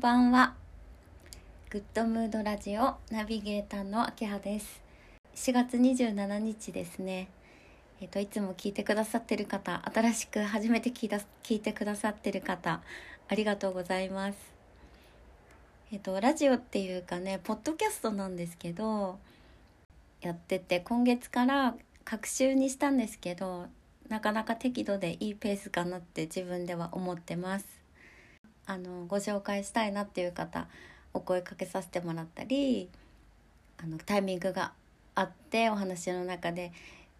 ばんはグッドムードラジオナビゲーターの秋葉です4月27日ですねえっ、といつも聞いてくださってる方新しく初めて聞いた聞いてくださってる方ありがとうございますえっ、とラジオっていうかねポッドキャストなんですけどやってて今月から隔週にしたんですけどなかなか適度でいいペースかなって自分では思ってますあのご紹介したいなっていう方お声かけさせてもらったりあのタイミングがあってお話の中で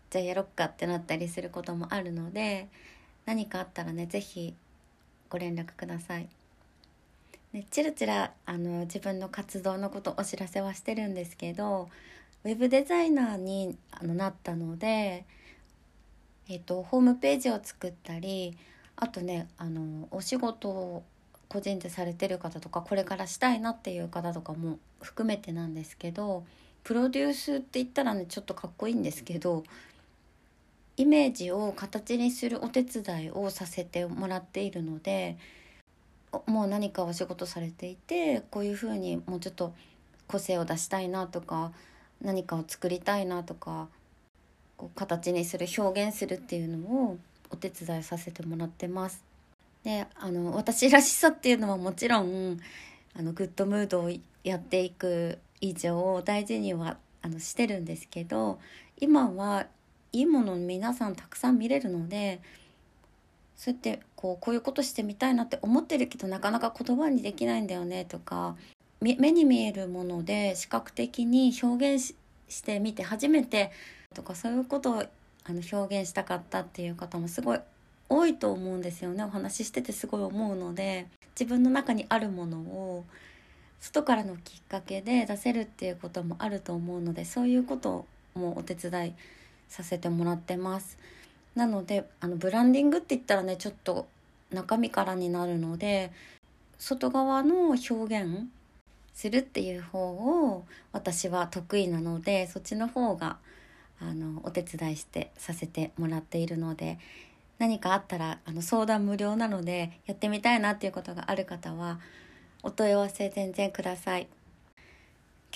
じゃあやろっかってなったりすることもあるので何かあったらね是非ご連絡ください。ね、チラチラあの自分の活動のことお知らせはしてるんですけどウェブデザイナーにあのなったので、えっと、ホームページを作ったりあとねあのお仕事を個人でされてる方とかこれからしたいなっていう方とかも含めてなんですけどプロデュースって言ったらねちょっとかっこいいんですけどイメージを形にするお手伝いをさせてもらっているのでおもう何かお仕事されていてこういうふうにもうちょっと個性を出したいなとか何かを作りたいなとかこう形にする表現するっていうのをお手伝いさせてもらってます。であの私らしさっていうのはもちろんあのグッドムードをやっていく以上大事にはあのしてるんですけど今はいいものを皆さんたくさん見れるのでそうやってこうこういうことしてみたいなって思ってるけどなかなか言葉にできないんだよねとかみ目に見えるもので視覚的に表現ししてみて初めてとかそういうことをあの表現したかったっていう方もすごい多いと思うんですよねお話ししててすごい思うので自分の中にあるものを外からのきっかけで出せるっていうこともあると思うのでそういうこともお手伝いさせてもらってますなのであのブランディングって言ったらねちょっと中身からになるので外側の表現するっていう方を私は得意なのでそっちの方があのお手伝いしてさせてもらっているので何かあったらあの相談無料なのでやってみたいなっていうことがある方はお問い合わせ全然ください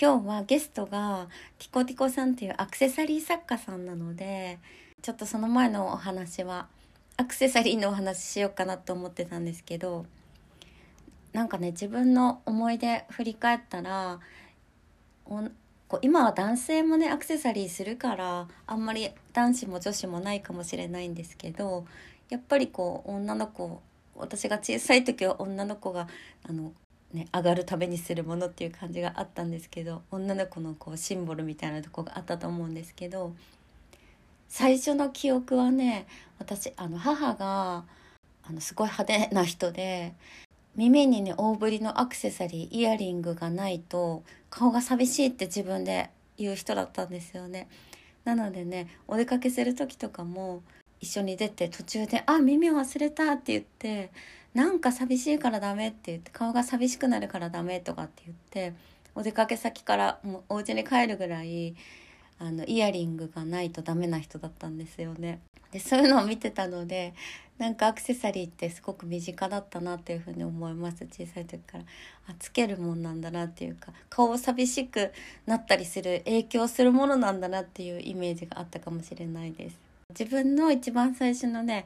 今日はゲストがティコティコさんっていうアクセサリー作家さんなのでちょっとその前のお話はアクセサリーのお話しようかなと思ってたんですけどなんかね自分の思い出振り返ったらおんこう今は男性もねアクセサリーするからあんまり男子も女子もないかもしれないんですけどやっぱりこう女の子私が小さい時は女の子があの、ね、上がるためにするものっていう感じがあったんですけど女の子のこうシンボルみたいなとこがあったと思うんですけど最初の記憶はね私あの母があのすごい派手な人で耳にね大ぶりのアクセサリーイヤリングがないと顔が寂しいって自分で言う人だったんですよねなのでねお出かけする時とかも一緒に出て途中で「あ耳忘れた」って言って「なんか寂しいからダメ」って言って「顔が寂しくなるからダメ」とかって言ってお出かけ先からもうお家に帰るぐらいあのイヤリングがないとダメな人だったんですよね。でそういうのを見てたのでなんかアクセサリーってすごく身近だったなっていうふうに思います小さい時からあつけるもんなんだなっていうか顔を寂しくなったりする影響するものなんだなっていうイメージがあったかもしれないです自分の一番最初のね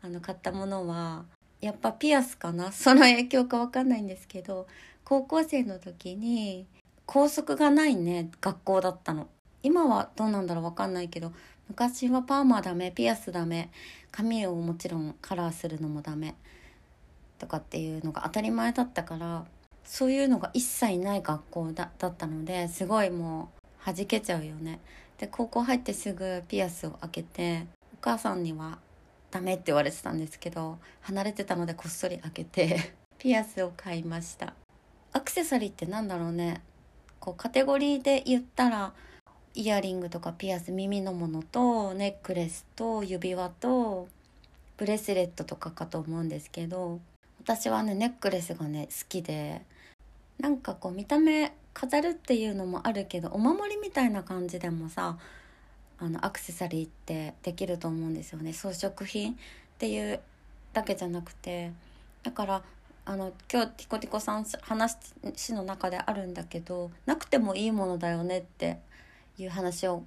あの買ったものはやっぱピアスかな その影響か分かんないんですけど高校生の時に校則がないね学校だったの今はどうなんだろう分かんないけど昔はパーマダメピアスダメ髪をもちろんカラーするのもダメとかっていうのが当たり前だったからそういうのが一切ない学校だだったのですごいもう弾けちゃうよね。で高校入ってすぐピアスを開けてお母さんにはダメって言われてたんですけど離れてたのでこっそり開けて ピアスを買いましたアクセサリーってなんだろうねこうカテゴリーで言ったらイヤリングとかピアス耳のものとネックレスと指輪とブレスレットとかかと思うんですけど私はねネックレスがね好きでなんかこう見た目飾るっていうのもあるけどお守りみたいな感じでもさあのアクセサリーってできると思うんですよね装飾品っていうだけじゃなくてだからあの今日ティコティコさん話の中であるんだけどなくてもいいものだよねっていう話を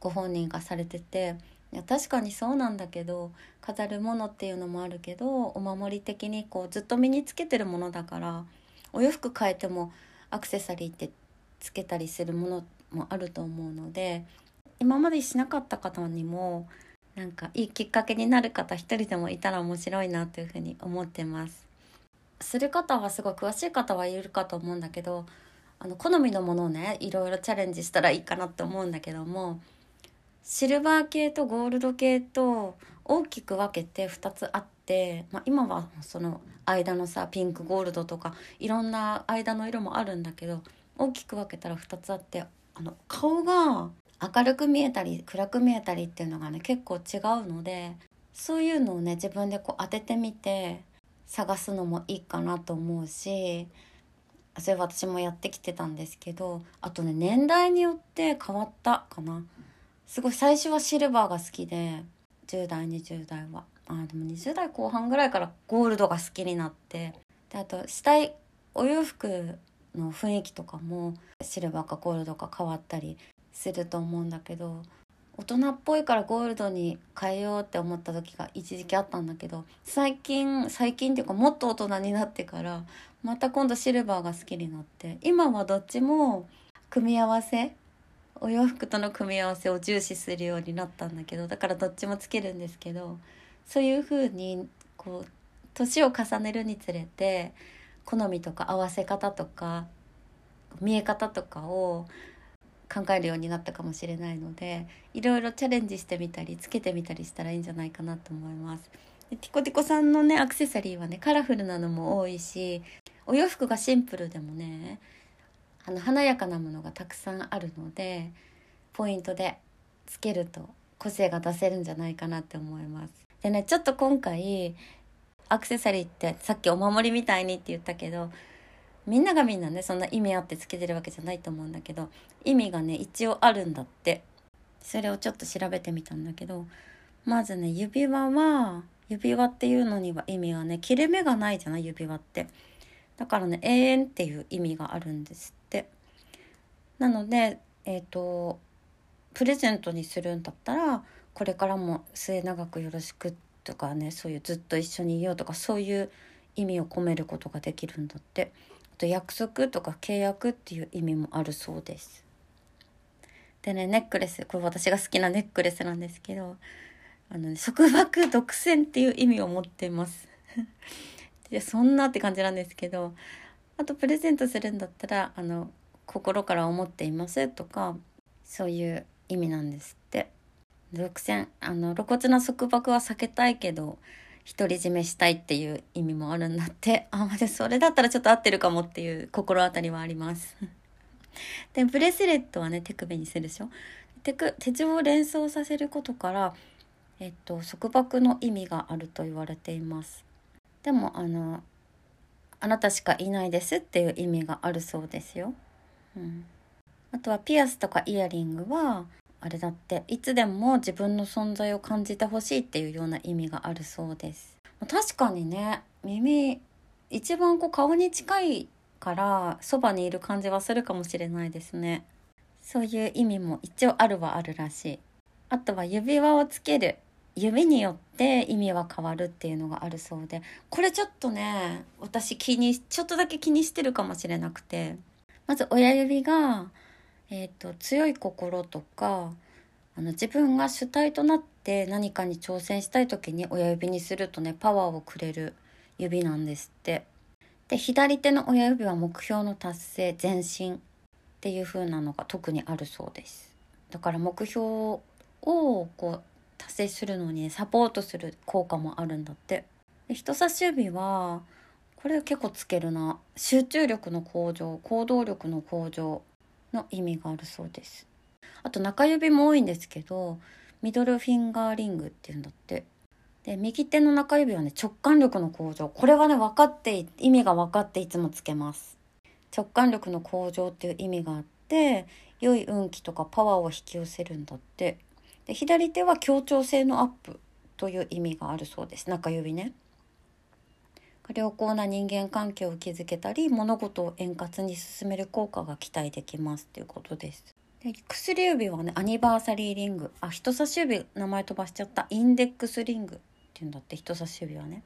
ご本人がされてていや確かにそうなんだけど飾るものっていうのもあるけどお守り的にこうずっと身につけてるものだからお洋服変えてもアクセサリーってつけたりするものもあると思うので今までしなかった方にもなんかいいきっかけになる方一人でもいたら面白いなというふうに思ってます。する方はすごい詳しい方はいるかと思うんだけどあの好みのものをねいろいろチャレンジしたらいいかなって思うんだけどもシルバー系とゴールド系と大きく分けて2つあって、まあ、今はその間のさピンクゴールドとかいろんな間の色もあるんだけど大きく分けたら2つあってあの顔が明るく見えたり暗く見えたりっていうのがね結構違うのでそういうのをね自分でこう当ててみて探すのもいいかなと思うしそれ私もやってきてたんですけどあとね年代によって変わったかなすごい最初はシルバーが好きで10代20代はあーでも20代後半ぐらいからゴールドが好きになってであと下いお洋服の雰囲気とかもシルバーかゴールドか変わったりすると思うんだけど大人っぽいからゴールドに変えようって思った時が一時期あったんだけど最近最近っていうかもっと大人になってからまた今度シルバーが好きになって今はどっちも組み合わせお洋服との組み合わせを重視するようになったんだけどだからどっちもつけるんですけどそういう風にこう年を重ねるにつれて好みとか合わせ方とか見え方とかを考えるようになったかもしれないのでいろいろチャレンジしてみたりつけてみたりしたらいいんじゃないかなと思います。でティコティコさんのねアクセサリーはねカラフルなのも多いしお洋服がシンプルでもねあの華やかなものがたくさんあるのでポイントでつけると個性が出せるんじゃないかなって思います。でねちょっと今回アクセサリーってさっきお守りみたいにって言ったけどみんながみんなねそんな意味あってつけてるわけじゃないと思うんだけど意味がね一応あるんだってそれをちょっと調べてみたんだけどまずね指輪は指輪っていうのには意味はね切れ目がないじゃない指輪ってだからね永遠っていう意味があるんですってなのでえっ、とプレゼントにするんだったらこれからも末永くよろしくとかねそういうずっと一緒にいようとかそういう意味を込めることができるんだってあと約束とか契約っていう意味もあるそうですでねネックレスこれ私が好きなネックレスなんですけどあの、ね、束縛独占っていう意味を持っています いやそんなって感じなんですけどあとプレゼントするんだったらあの心から思っていますとかそういう意味なんですって独占あの露骨な束縛は避けたいけど独り占めしたいっていう意味もあるんだって あまあでそれだったらちょっと合ってるかもっていう心当たりはあります でブレスレットはね手首にするでしょ手く手錠を連想させることから、えっと、束縛の意味があると言われていますでもあのあなたしかいないですっていう意味があるそうですよ、うん、あとはピアスとかイヤリングはあれだっていつでも自分の存在を感じてほしいっていうような意味があるそうです確かにね耳一番こう顔に近いからそばにいる感じはするかもしれないですねそういう意味も一応あるはあるらしいあとは指輪をつける指によって意味は変わるっていうのがあるそうでこれちょっとね私気にちょっとだけ気にしてるかもしれなくてまず親指がえー、と強い心とかあの自分が主体となって何かに挑戦したい時に親指にするとねパワーをくれる指なんですってで左手の親指は目標の達成前進っていう風なのが特にあるそうですだから目標をこう達成するのにサポートする効果もあるんだってで人差し指はこれ結構つけるな集中力の向上行動力の向上の意味があるそうですあと中指も多いんですけどミドルフィンガーリングっていうんだってで右手の中指はね直感力の向上これはね分かってい意味が分かっていつもつけます直感力の向上っていう意味があって良い運気とかパワーを引き寄せるんだってで左手は協調性のアップという意味があるそうです中指ね良好な人間関係を築けたり物事を円滑に進める効果が期待できますということです。で薬指はねアニバーサリーリングあ人差し指名前飛ばしちゃったインデックスリングっていうんだって人差し指はね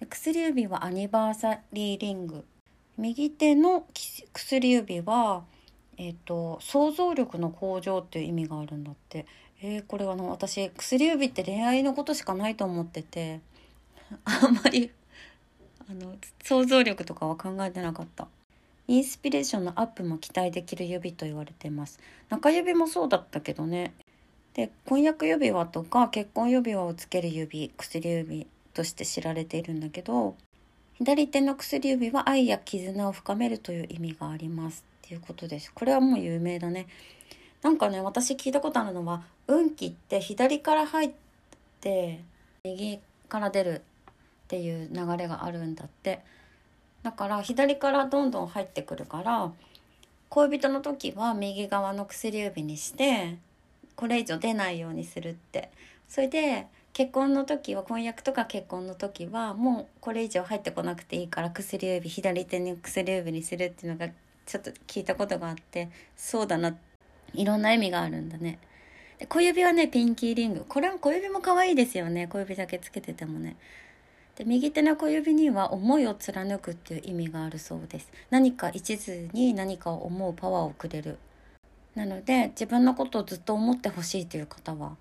で薬指はアニバーサリーリング右手のき薬指は、えっと想像力の向上っていう意味があるんだってえーこれはの私薬指って恋愛のことしかないと思っててあんまりあの想像力とかは考えてなかったインスピレーションのアップも期待できる指と言われてます中指もそうだったけどねで婚約指輪とか結婚指輪をつける指薬指として知られているんだけど左手の薬指は愛や絆を深めるという意味がありますっていうことですこれはもう有名だねなんかね私聞いたことあるのは運気って左から入って右から出るっていう流れがあるんだってだから左からどんどん入ってくるから恋人の時は右側の薬指にしてこれ以上出ないようにするってそれで結婚の時は婚約とか結婚の時はもうこれ以上入ってこなくていいから薬指左手に薬指にするっていうのがちょっと聞いたことがあってそうだないろんな意味があるんだねで小指はねピンキーリングこれも小指も可愛いですよね小指だけつけててもねで右手の小指には思いを貫くっていう意味があるそうです何か一途に何かを思うパワーをくれるなので自分のことをずっと思ってほしいという方は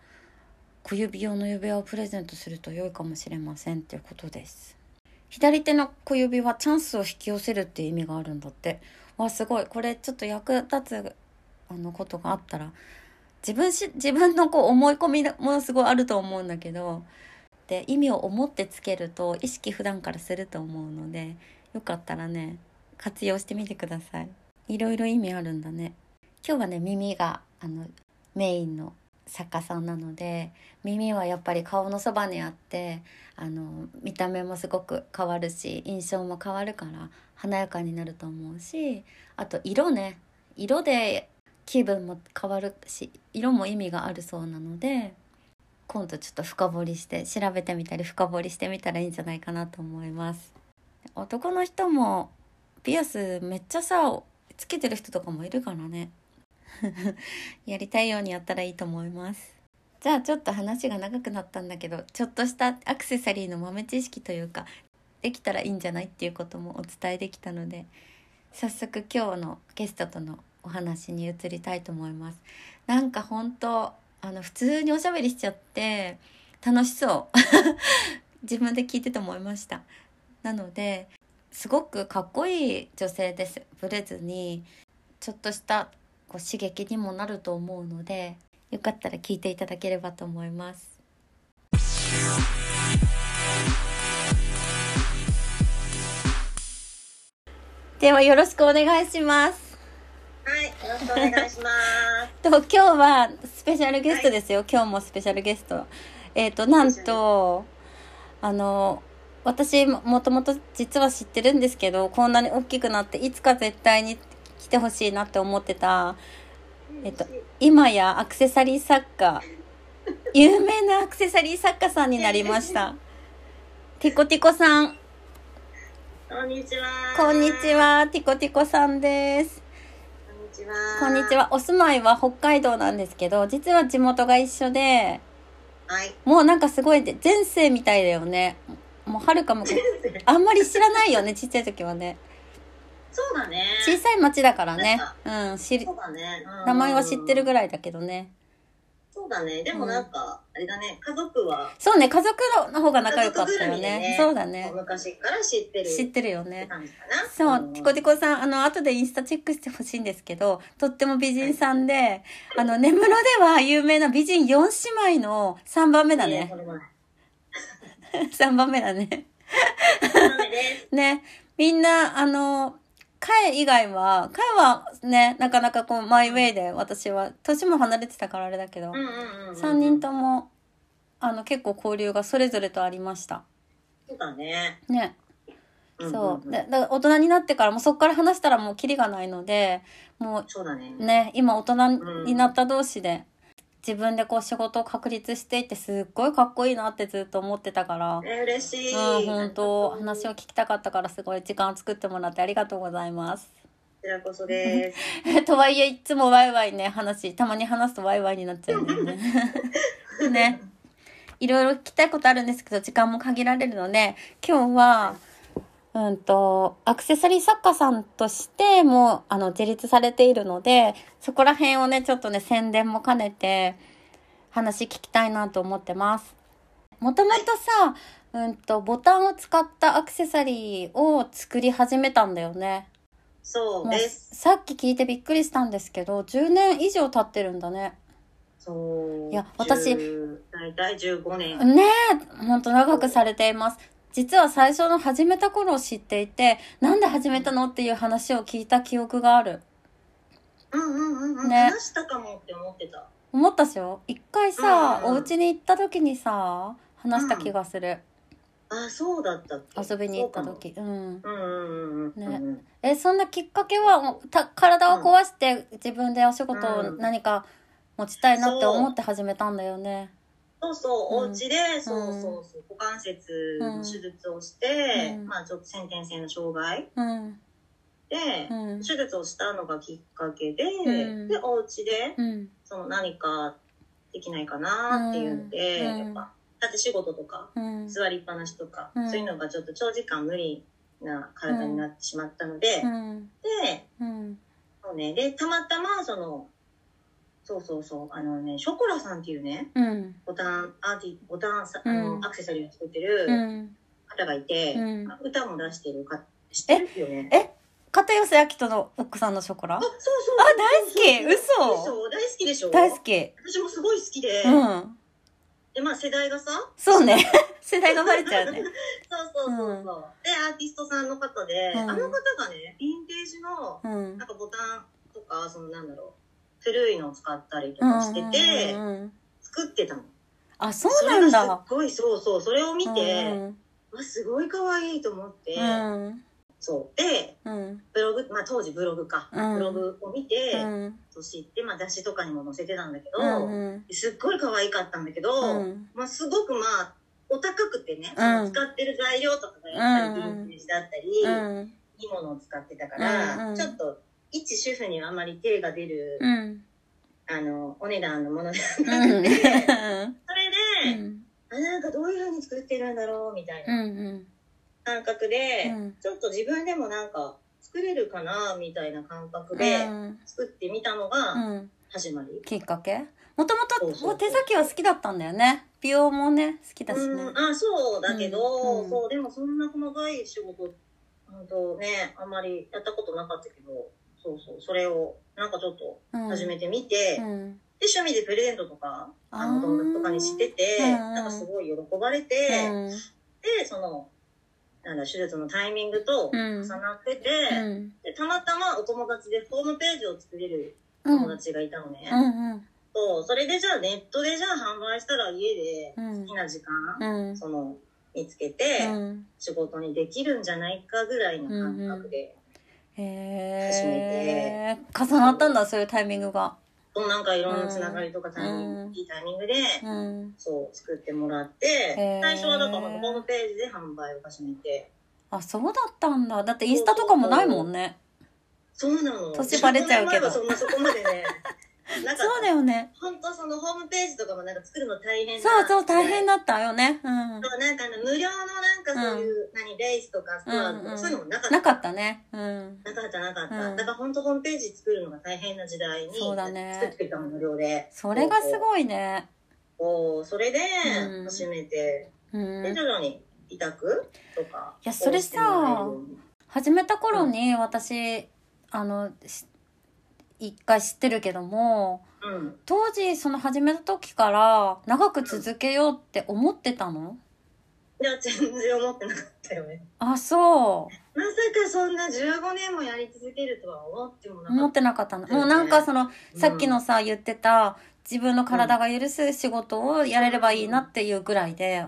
小指用の指輪をプレゼントすると良いかもしれませんということです左手の小指はチャンスを引き寄せるっていう意味があるんだってわすごいこれちょっと役立つあのことがあったら自分し自分のこう思い込みもすごいあると思うんだけどで意味を思ってつけると意識普段からすると思うのでよかったらね活用してみてくださいいろいろ意味あるんだね今日はね耳があのメインの作家さんなので耳はやっぱり顔のそばにあってあの見た目もすごく変わるし印象も変わるから華やかになると思うしあと色ね色で気分も変わるし色も意味があるそうなので今度ちょっと深掘りして調べてみたり深掘りしてみたらいいんじゃないかなと思います男の人もピアスめっちゃさつけてる人とかもいるからね やりたいようにやったらいいと思いますじゃあちょっと話が長くなったんだけどちょっとしたアクセサリーの豆知識というかできたらいいんじゃないっていうこともお伝えできたので早速今日のゲストとのお話に移りたいと思いますなんか本当あの普通におしゃべりしちゃって楽しそう 自分で聞いてて思いましたなのですごくかっこいい女性ですブレずにちょっとしたこう刺激にもなると思うのでよかったら聞いていただければと思いますではよろしくお願いしますはい、よろしくお願いしまとす。今日はスペシャルゲストですよ、今日もスペシャルゲストえっ、となんとあの私ももともと実は知ってるんですけどこんなに大きくなっていつか絶対に来てほしいなって思ってた えっと今やアクセサリー作家有名なアクセサリー作家さんになりましたティコティコさんこんにちは。こんにち。はティコティコさんですこんにちは。こんにち。はお住まいは北海道なんですけど実は地元が一緒ではい。 もうなんかすごいで前世みたいだよねもうはるか昔あんまり知らないよねちっちゃい時はねそうだね。小さい町だからねうん知りそうだね。うん名前は知ってるぐらいだけどねそうだね。でもなんか、あれだね、家族は、そうね家族の方が仲良かったよね家そ族ぐるみでうだね昔から知ってる。知ってるよってね感じかな。そう、ティコティコ。コさん、あの、後でインスタチェックしてほしいんですけど、とっても美人さんで、あの、根室では有名な美人4姉妹の3番目だえーね こ。れもね3番目だね。そうなんですね、みんな、あの、彼以外は、彼はね、なかなかこう、マイウェイで、私は、年も離れてたからあれだけどう、んうんうんうん。 3人。とも、あの、結構交流がそれぞれとありました。そうだね。ね。んんんそう。で、だ大人になってからも、そこから話したらもう、キリがないので、もそうだねう、。ね、今大人になった同士で、自分でこう仕事を確立していってすっごいかっこいいなってずっと思ってたから、えー嬉しい。うん、本当話をを。聞きたかったからすごい時間を作ってもらってありがとうございます。こちらこそです。 とはいえいつもワイワイね話たまに話すとワイワイになっちゃうんだよね。 ねいろいろ聞きたいことあるんですけど時間も限られるので今日は、うん、とアクセサリー作家さんとしてもあの自立されているのでそこら辺をねちょっとね宣伝も兼ねて話聞きたいなと思ってます。もともとさ、うんと、ボタンを使ったアクセサリーを作り始めたんだよね。そうもうです。さっき聞いてびっくりしたんですけど10年以上経ってるんだねそう。いや私10。大体15年。ねえほんと長くされています実は最初の始めた頃を知っていてなんで始めたのっていう話を聞いた記憶があるうんうんうんうん。ね話したかもって思ってた。思ったでしょ一回さ、うんうんお家に行った時にさ話した気がする、あ、そうだったっけ。遊びに行った時うんそうかも。うんうんうんうんうん。ね。えそんなきっかけはた体を壊して自分でお仕事を何か持ちたいなって思って始めたんだよね、そうそう、うんお家で、そうそうそう、股関節の手術をして、うんまあちょっと先天性の障害うんで、うん手術をしたのがきっかけで、うんで、お家で、うんその何かできないかなっていうので、うんやっぱ、立ち仕事とか、うん座りっぱなしとか、うんそういうのがちょっと長時間無理な体になってしまったので、うんで、うんそうね、で、たまたま、その、そうそうそう、あのね、ショコラさんっていうね、うんボタン、アーティ、ボタンさ、あの、うんアクセサリーを作ってる、うん方がいて、うん歌も出してるか知ってるよねえ片寄せ明人の奥さんのショコラあそうそうあ大好きそう嘘そう大好きでしょ大好き私もすごい好きで、うんでまあ世代がさそうね世代がバレちゃうねそうそうそうそう、でアーティストさんの方で、うんあの方がねヴィンテージのうんなんかボタンとかそのなんだろう古いのを使ったりとかしてて、うんうんうん作ってたのあそうなんそれがだすっごいそうそうそれを見て、うんわすごい可愛いと思って、うんそうでうんブログ、まあ、当時ブログか、うんブログを見て、うん年って、まあ、雑誌とかにも載せてたんだけど、うんすっごい可愛かったんだけど、うんまあ、すごくまあ、お高くてうんね、その使ってる材料とかがやっぱりうんヴィンテージだったり、うんいいものを使ってたから、うんうんちょっと、一主婦にはあまり手が出る、うんあの、お値段のもので、う んうんそれで、あ、なんかどういう風に作ってるんだろう、みたいなうん感覚で、うんちょっと自分でもなんか、作れるかな、みたいな感覚うで、ん作ってみたのがうん始まり。きっかけもともそうそうそとう手先は好きだったんだよね美容もね好きだしねうん、あそうだけど、うんうんそうでもそんな細かい仕事本当ねあんまりやったことなかったけどそうそうそれをなんかちょっとうん始めてみて、うでん趣味でプレゼントとかああのー動画とかにしてて、うんうんなんかすごい喜ばれて、うんでそのなんだ手術のタイミングとうん重なってて、うんでたまたまお友達でホームページを作れるう友ん達がいたのね、うんそうそれでじゃあネットでじゃあ販売したら家でうんうん好きな時間、うんその見つけてうん仕事にできるんじゃないかぐらいの感覚で、へえ重なったんだそういうタイミングがそうなんかいろんなつながりとかタイミング、うんいいタイミングで、うんそう作ってもらって、へー最初はだからホームページで販売を始めてあそうだったんだだってインスタとかもないもんねそうなの年バレちゃうけど 自分の前はそんなそこまでねなんかそうだよね本当そのホームページとかもなんか作るの大変そうそう大変なだったよねうんそうなんかあの無料のなんかそういう、何レースとかストアとうんか、うんそういうのもなかったなかったねうんなかったなかった、うんだから本当ホームページ作るのが大変な時代にそうだね作ってくれたの無料でそれがすごいねおーそれでうん始めて、うんで徐々に委託とかいやそれさをしても始めた頃に私あのし一回知ってるけどもらえるように当時その始めた時から長く続けようって思ってたのうんいや全然思ってなかったよねあそうまさかそんな15年もやり続けるとは思ってもなか思っってなかったの。うんもうなんかその、たさっきのさ、言ってた、自分の体が許す仕事をやれればいいなっていうぐらいで、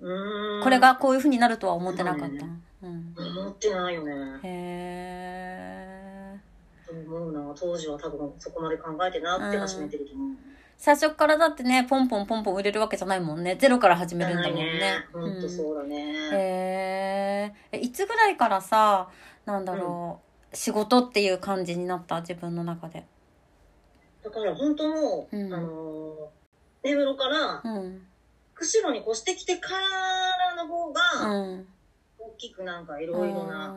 うんこれがこういう風になるとは思ってなかっそうだねた。うん。思ってないよねへーと思うな当時は多分そこまで考えてなくてうん始めてると思う、最初からだってね、ポンポンポンポン売れるわけじゃないもんね。ゼロから始めじゃるんだなもいんね。ね。ほんとうそうだんね。へーえ。いつぐらいからさ、なんだろう、仕事っていう感じになった自分の中で。だから本当もう、うんあのー、根室からうん。釧路に越してきてからの方うが、ん。大きくなんかいいろいろな。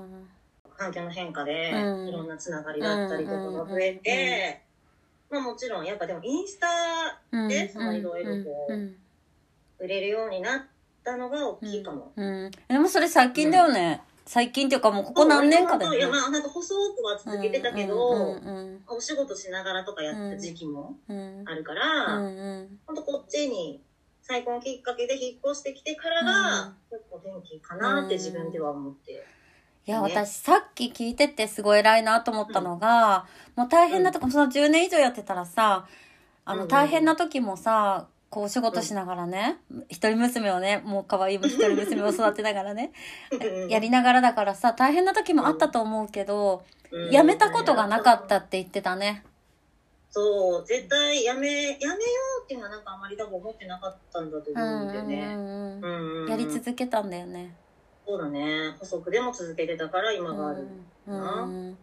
環境の変化で、うんいろんなつながりだったりとかが増えて、まあもちろんやっぱでもインスタうん。でそのいろいろこううん売れるようになったのが大きいかも。うん。うん。でもそれ最近だよね。最近っていうかもうここ何年かだよいや、ね。まあ、なんか細くは続けてたけど、うんうんお仕事しながらとかやってた時期もうんうん。あるかうら、んうん。ほんとこっちに再婚きっかけで引っ越してきてからが、うん結構元気かなって自分では思って。いや、ね私さっき聞いててすごい偉いなと思ったのが、もう大変なとこ、その10年以上やってたらさ、あうんうのん大変な時もさ、こうお仕事しながらね、一人娘をね、もう可愛い一人娘を育てながらね、やりながらだからさ、大変な時もあったと思うけど、 うんやめたことがなかった。って言ってたね。そう、絶対やめ、やめようっていうのはなんかあまり多分思ってなかったんだとう思うんうんだよんね。うんううん。うんうんんやり続けたんだよね。そうだね。細くでも続けてたから今がある。うなんうんい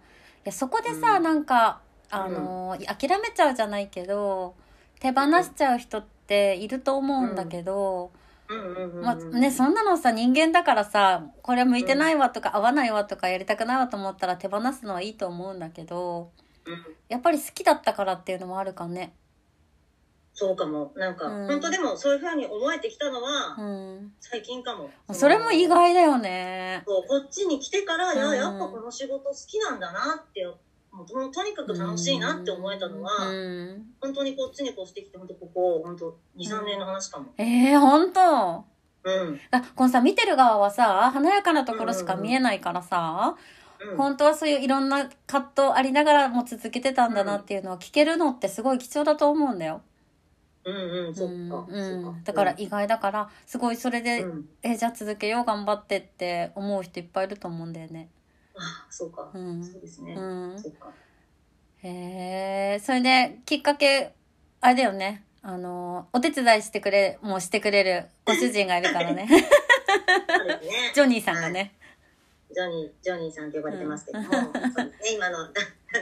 やそこでさ、うんなんかあのー、諦めちゃうじゃないけど手放しちゃう人っていると思うんだけど、うんうんうんうん。まあね、そんなのさ人間だからさこれ向いてないわとか、合わないわとかやりたくないわと思ったら手放すのはいいと思うんだけどうんやっぱり好きだったからっていうのもあるかね。そうかも。なんか、うん本当でもそういうふうに思えてきたのは、うん、最近かも。それも意外だよね。そうこっちに来てから、いや、うんやっぱこの仕事好きなんだなって、もうともとにかく楽しいなって思えたのは、うん、本当にこっちに越してきて、本当ここ、本当2、3年の話かも。えー、本当うん。あこのさ見てる側はさ華やかなところしか見えないからさ、うん。本当はそういういろんな葛藤ありながらも続けてたんだなっていうのは聞けるのってすごい貴重だと思うんだよ。うんうん、そっか。うんそっだから、意外だからすごいそれうで、んうん。えじゃあ続けよう頑張ってって思う人いっぱいいると思うんだよね。あそうかう。んそうですね。うん、そっか。へえそれできっかけあれだよねあのお手伝いしてくれもうしてくれるご主人がいるから ねそうで すね。ジョニーさんがねジョニー、ジョニーさんと呼ばれてますけども、そうですね、今の 旦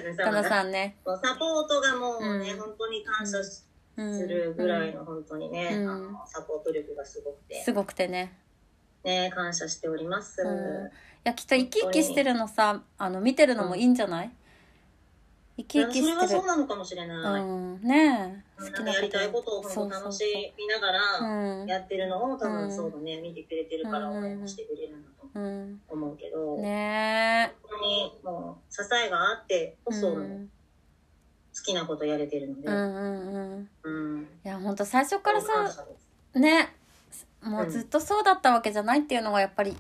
那旦様那が。さんね。もうサポートがもうね、うん本当に感謝すうんるぐらいの本当にね、うんあのサポート力がすごくて、すごくてね。ね、感謝しております。うんいやきっと生き生きしてるのさあの見てるのもいいんじゃない、い生やき生きそれはしてそるうなのかもしれない。うんねえなんかやりたいことを本当楽しみながそうそうらうんやってるのを多う分んそうだね、見てくれてるからうん応援もしてくれるんだとうん思うけど、ね本当にもう支えがあってえこそうん好きなことやれてるのでう、んうんうんうん。いや本当最初から感さ謝ですねもううんずっとそうだったわけじゃないっていうのがやっぱり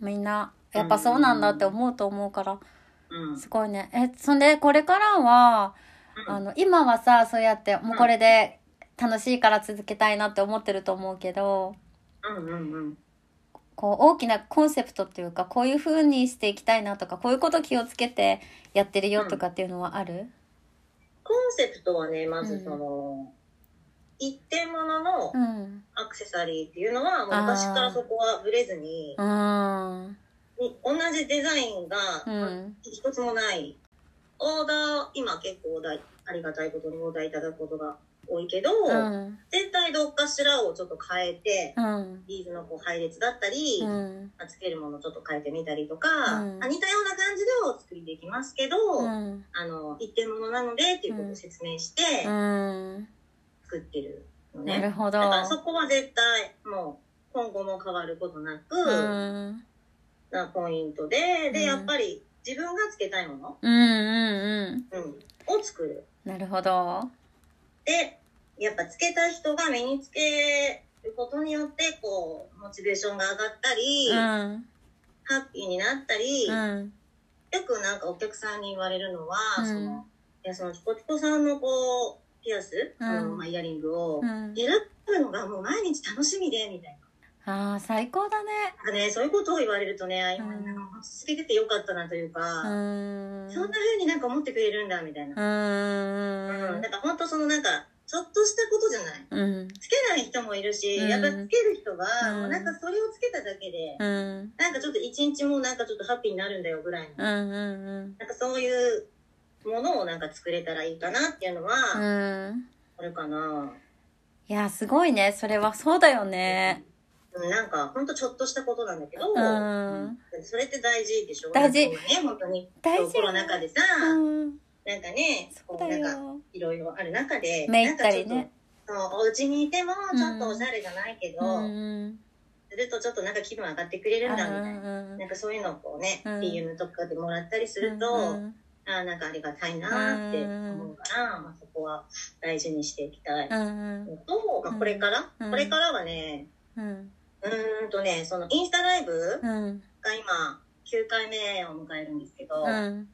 みんなやっぱそうなんだって思うと思うからうん。すごいねえそんでこれからはうんあの今はさそうやってもうこれで楽しいから続けたいなって思ってると思うけど、うんうんうん。こう大きなコンセプトっていうかこういう風にしていきたいなとかこういうこと気をつけてやってるよとかっていうのはある、コンセプトはね、まずその、一点物のうん、アクセサリーっていうのは、もう昔からそこはブレずに、うんうん同じデザインがうん一つもない。オーダー、今結構オーダー、ありがたいことにオーダーいただくことが多いけど、うん全体どっかしらをちょっと変えて、うんビーズのこう配列だったり、うんつけるものちょっと変えてみたりとか、うんあ似たような感じでお作りできますけど、うんあの、一点物なのでっていうことを説明して、うん作ってるのなるね。ほどだからそこは絶対、もう、今後も変わることなく、うんなポイントで、うんで、やっぱり自分がつけたいもの、うんうんうんうん、を作る。なるほどで、やっぱつけた人が身につけることによって、こう、モチベーションが上がったり、うんハうんッピーになったり、うんよくなんかお客さんに言われるのは、うんその、いや、その、ピコピコさんのこう、ピアス、うんあのまあイヤリングを、うん選ぶのがもう毎日楽しみで、みたいな。あー最高だねなんかね、そういうことを言われるとね、あ今、うんなんか続けててよかったなといううか、んそんな風になんか思ってくれるんだ、みたいな。ううん。んなんか本当そのなんか、ちょっとしたことじゃない。うんつけない人もいるし、うんやっぱつける人は、うんもうなんかそれをつけただけで、うんなんかちょっと一日もなんかちょっとハッピーになるんだよぐらいの、うんうんなんかそういうものをなんか作れたらいいかなっていうのうは、んうんあるかな。いやすごいねそれはそうだよねうんなんか、ほんとちょっとしたことなんだけど、うんそれって大事でしょ大事なんか今ね、本当に。大事コロナ禍でさ、うんなんかね、そうこだうなんか、よいろいろある中で、めいったりなんかねちょっと、そうお家にいても、ちょっとおしゃれじゃないけど、うんするとちょっとなんか気分上がってくれるんだみたいな。うんなんかそういうのをこうね、うん DM とかでもらったりすると、うんあーなんかありがたいなって思うから、まあ、そこは大事にしていきたい。うんのと、まあ、これから、うんこれからはね、うんうーんとね、そのインスタライブうんが今、9回目を迎えるんですけど、うん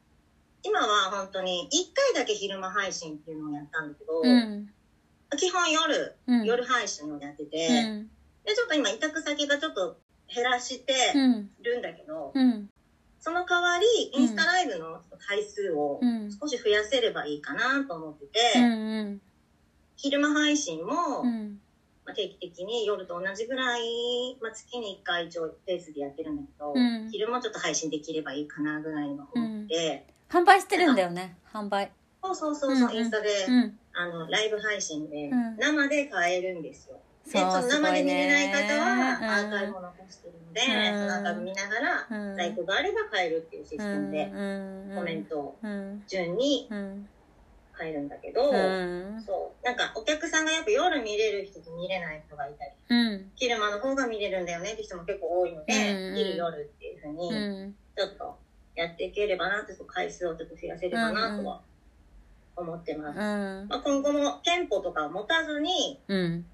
今は本当に1回だけ昼間配信っていうのをやったんだけど、うん基本夜、うん夜配信をやってて、うんで、ちょっと今委託先がちょっと減らしてうんるんだけど、うんその代わり、インスタライブの回数をうん少し増やせればいいかなと思ってて、うん昼間配信も、うんまあ、定期的に夜と同じぐらい、まあ、月に1回一応ペースでやってるんだけど、うん昼もちょっと配信できればいいかなぐらいの思って、販売してるんだよね販売そうそうそうそう、うんインスタで、うんあのライブ配信で、うん生で買えるんですよ。でちょそっうとす生ごでい見れないね方はアーカイブうんも残してるので、うんそのアーカイブ見ながら、うん在庫があれば買えるっていうシステムで、コメントをうん順にうん買えるんだけど、うんそうなんかお客さんがやっぱ夜見れる人と見れない人がいたりうん昼間の方が見れるんだよねって人も結構多いので、うんうん昼夜っていうふううにんちょっとやっていければなってそう回数をちょっと増やせればなとは思ってます、うんまあ、今後も店舗とかを持たずにうん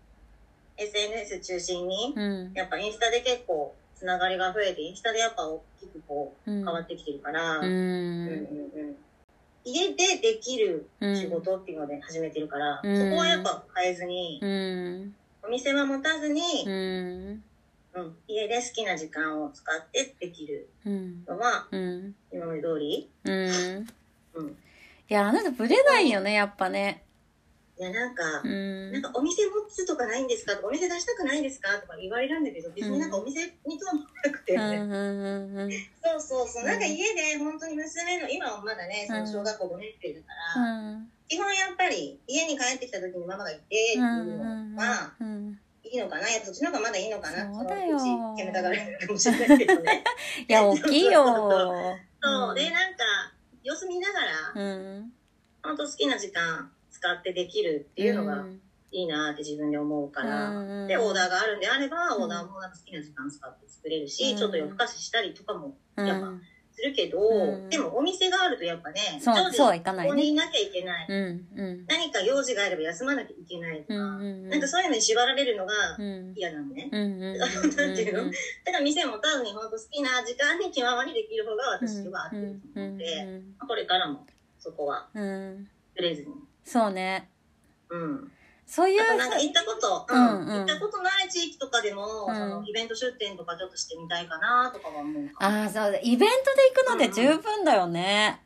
SNS 中心にうんやっぱインスタで結構つながりが増えてインスタでやっぱ大きくこう変わってきてるから、ううんうんんうん家でできるうん仕事っていうので始めてるから、うんそこはやっぱ変えずに、うんお店は持たずに、うんうん、家で好きな時間を使ってできるうんのはうん今まで通り、うんうん、いやあなたブレないよねやっぱねいやなんか、うんなんかお店持つとかないんですかとかお店出したくないんですかとか言われるんだけど別になんかお店に興味なくて、うんうんうんそうそうそううんなんか家で本当に娘の今はまだねその小学校5年生だから、うん基本やっぱり家に帰ってきた時にママがいてっていううんのがうんいいのかなやっぱそっちの方がまだいいのかなそうだよのうち煙たがられるかもしれないけどねいや大きいよそうでなんか様子見ながら、うん本当好きな時間使ってできるっていうのがいいなって自分で思うから、うんでオーダーがあるんであれば、うんオーダーもなんか好きな時間使って作れるし、うんちょっと夜更かししたりとかもやっぱうんするけど、うんでもお店があるとやっぱねそう常時そうはいかないねここにいなきゃいけない、うんうん何か用事があれば休まなきゃいけないとか、うんうんうんなんかそういうのに縛られるのがうん嫌なのね、うんうんなんていうのだから店も多分本当好きな時間に気ままにできる方が私は合ってると思うので、うんこれからもそこはうんうんブレずに。そうねうんそういうあとなんか行ったこと、ううんんうん行ったことない地域とかでも、うんそのイベント出店とかちょっとしてみたいかなとかは思うかああそうだイベントで行くので十分だよね